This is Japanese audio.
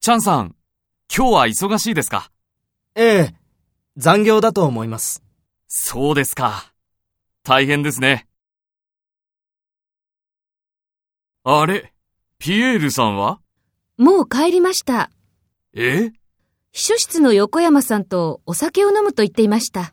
チャンさん、今日は忙しいですかええ、残業だと思います。そうですか。大変ですね。あれピエールさんはもう帰りました。え秘書室の横山さんとお酒を飲むと言っていました。